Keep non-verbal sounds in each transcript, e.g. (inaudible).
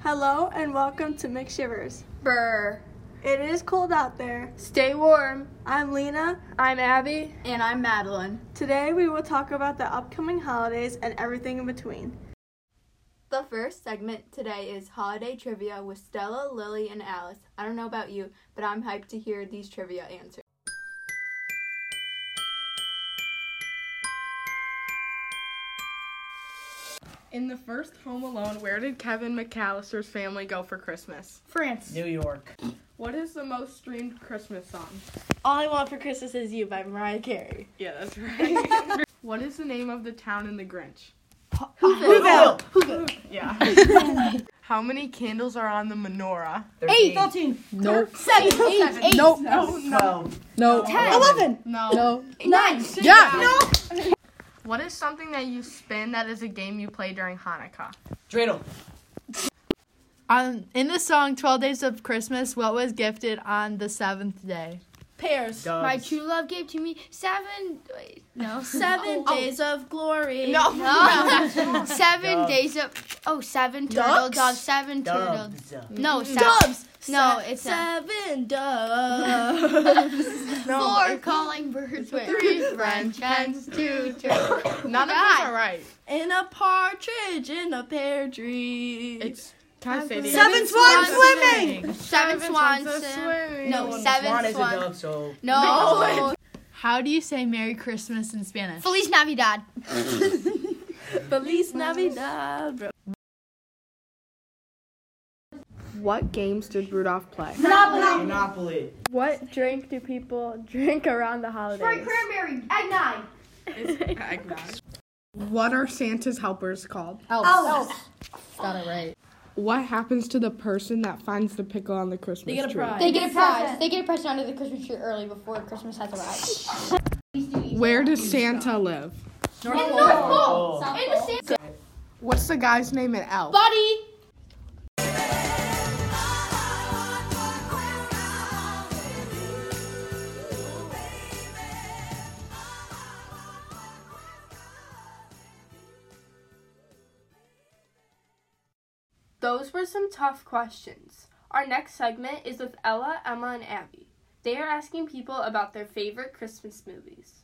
Hello and welcome to Mix Shivers. Brr. It is cold out there. Stay warm. I'm Lena. I'm Abby. And I'm Madeline. Today we will talk about the upcoming holidays and everything in between. The first segment today is holiday trivia with Stella, Lily, and Alice. I don't know about you, but I'm hyped to hear these trivia answers. In the first Home Alone, where did Kevin McAllister's family go for Christmas? France. New York. What is the most streamed Christmas song? All I Want for Christmas Is You by Mariah Carey. Yeah, that's right. (laughs) what is the name of the town in The Grinch? Whoville. Yeah. How many candles are on the menorah? 13, 13. Nope. Seven. Eight. Eight. Nope. No, no, Twelve. Nope. Ten. Eleven. no. No. Nine. Yeah. What is something that you spin that is a game you play during Hanukkah? Dreidel. Um, in the song 12 Days of Christmas, what was gifted on the seventh day? Pairs. Doves. My true love gave to me seven. Wait, (laughs) no, Seven Oh. days of glory. (laughs) No. (laughs) no, seven Doves. days of. Oh, seven turtle Ducks? doves. Seven turtle. Doves. No, seven. Doves. No, Se- it's not. seven doves. Four calling birds with Oh. three French hens, two turtles. None of God. these are right. in a partridge in a pear tree. It's can I say these? Seven swans swimming. Seven swans. uh, swimming. No, Swan seven is a swans. dove, so No. How do you say Merry Christmas in Spanish? Feliz Navidad. Feliz Navidad. What games did Rudolph play? Monopoly. What drink do people drink around the holidays? cranberry. Eggnog. What are Santa's helpers called? Elf. Elf. Got it right. What happens to the person that finds the pickle on the Christmas They get a tree? prize. They get a prize. They get a present under the Christmas tree early before Christmas has arrived. Where does Santa live? In North Pole. Pole. In the sand. What's the guy's name in Elf? Buddy. Those were some tough questions. Our next segment is with Ella, Emma, and Abby. They are asking people about their favorite Christmas movies.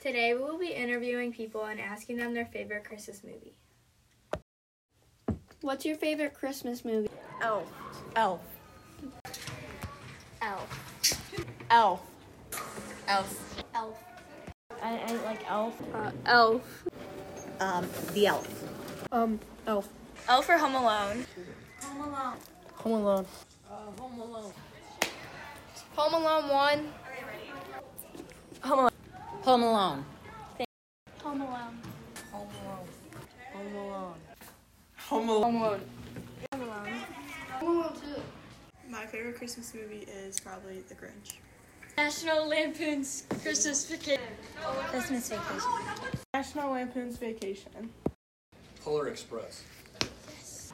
Today we will be interviewing people and asking them their favorite Christmas movie. What's your favorite Christmas movie? Elf. Elf. Elf. Elf. Elf. Elf. I, I like elf. Elf. Um, the elf. Um, Elf. Elf or Home Alone? Home Alone. Uh, Home Alone 1. Home Alone. Home Alone. My favorite Christmas movie is probably The Grinch. National Lampoon's Christmas Vacation. Christmas Vacation. National Lampoon's Vacation. Polar Express.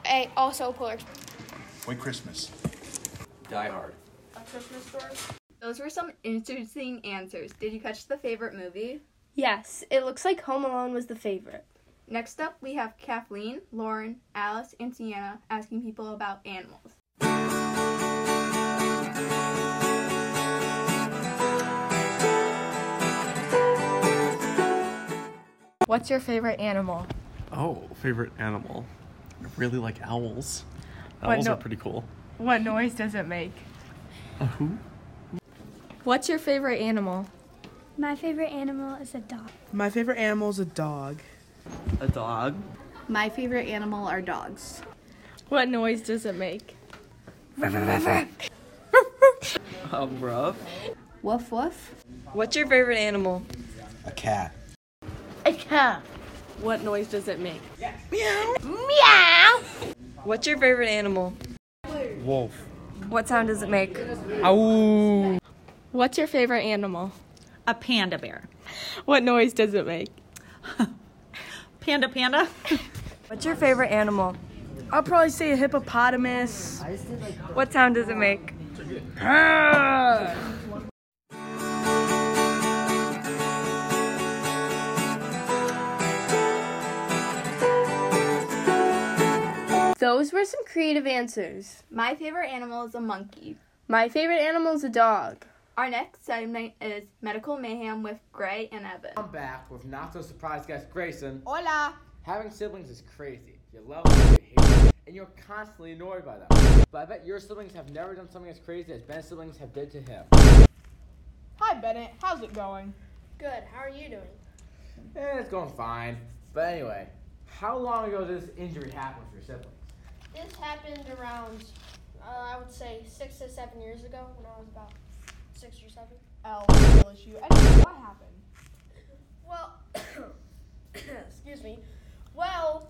A, also Polar Express. White Christmas. Die Hard. Those were some interesting answers. Did you catch the favorite movie? Yes, it looks like Home Alone was the favorite. Next up, we have Kathleen, Lauren, Alice, and Sienna asking people about animals. What's your favorite animal? Oh, favorite animal. I really like owls. What Owls no- are pretty cool. What noise does it make? A who? What's your favorite animal? My favorite animal is a dog. My favorite animal is a dog. A dog. My favorite animal are dogs. What noise does it make? Um, rough. Woof woof. What's your favorite animal? A cat. What noise does it make? Meow. Meow. What's your favorite animal? Wolf. What sound does it make? Ow. What's your favorite animal? A panda bear. What noise does it make? Panda panda. What's your favorite animal? I'll probably say a hippopotamus. What sound does it make? Those were some creative answers. My favorite animal is a monkey. My favorite animal is a dog. Our next segment is Medical Mayhem with Gray and Evan. I'm back with not so surprised guest Grayson. Hola! Having siblings is crazy. You love them, you hate them, and you're constantly annoyed by them. But I bet your siblings have never done something as crazy as Ben's siblings have did to him. Hi, Bennett. How's it going? Good. How are you doing? Eh, it's going fine. But anyway, how long ago did this injury happen for your siblings? This happened around, uh, I would say, six to seven years ago when I was about six or seven. L LSU. Anyway, what happened? Well, (coughs) excuse me. Well,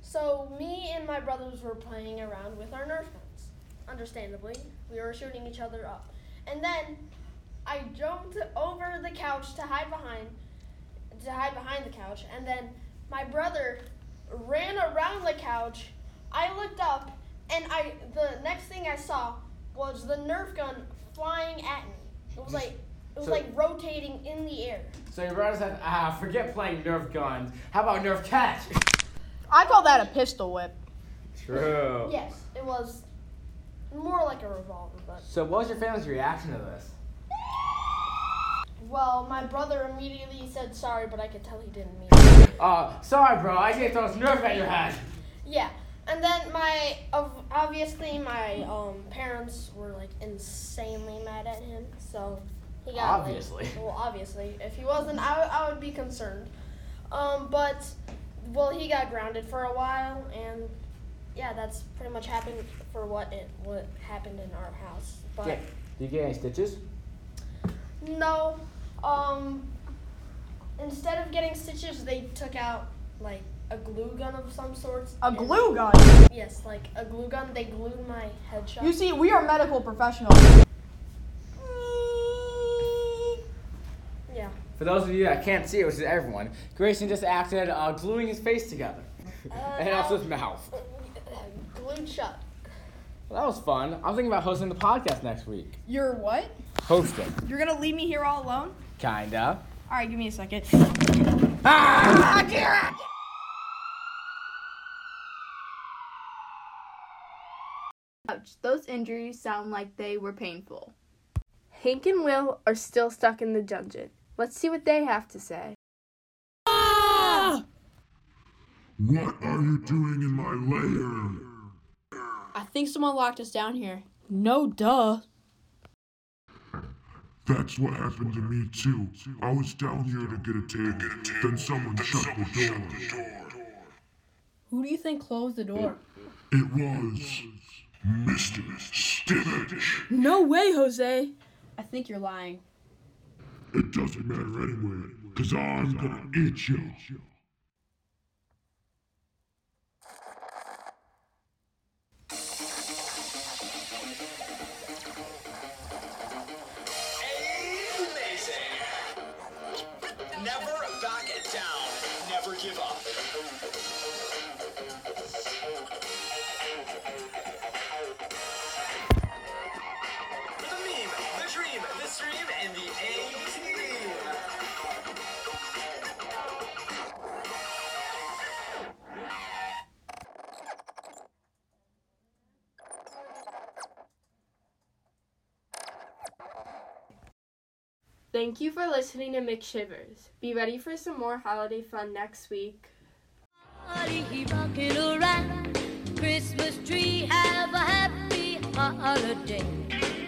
so me and my brothers were playing around with our Nerf guns. Understandably, we were shooting each other up. And then I jumped over the couch to hide behind to hide behind the couch, and then my brother ran around the couch. I looked up, and I the next thing I saw was the Nerf gun flying at me. It was like it was So- like rotating in the air. So your brother said, ah, forget playing Nerf guns. How about Nerf catch? (laughs) I call that a pistol whip. True. Yes, it was more like a revolver, but So what was your family's reaction to this? well, my brother immediately said sorry, but I could tell he didn't mean it. Uh, sorry, bro. I can't throw this Nerf at your head. Yeah, and then my ob- obviously my um parents were like insanely mad at him, so he got like- Obviously. (laughs) well, obviously, if he wasn't, I, w- I would be concerned. Um, but well, he got grounded for a while, and yeah, that's pretty much happened for what it what happened in our house. But Yeah. Did you get any stitches? No. Um. Instead of getting stitches, they took out like a glue gun of some sorts. A and- glue gun? Yes, like a glue gun. They glued my head shut. You see, we are medical professionals. Yeah. (laughs) For those of you that can't see it, which is everyone, Grayson just acted uh, gluing his face together. Uh, and also his mouth. Glued shut. Well, that was fun. I'm thinking about hosting the podcast next week. You're what? Hosting. You're gonna leave me here all alone? Kinda. All right, give me a second. Ah! Ouch. Those injuries sound like they were painful. Hank and Will are still stuck in the dungeon. Let's see what they have to say. What are you doing in my lair? I think someone locked us down here. No, duh. That's what happened to me too. I was down here to get a table, then someone shut the door. Who do you think closed the door? It was Mr. Stitch. No way, Jose. I think you're lying. It doesn't matter anyway, cause I'm gonna eat you. Amazing. Never back down. Never give up. The meme, the dream, the stream, and the A team. Thank you for listening to Mick Shivers. Be ready for some more holiday fun next week. Everybody keep rocking around Christmas tree. Have a happy holiday.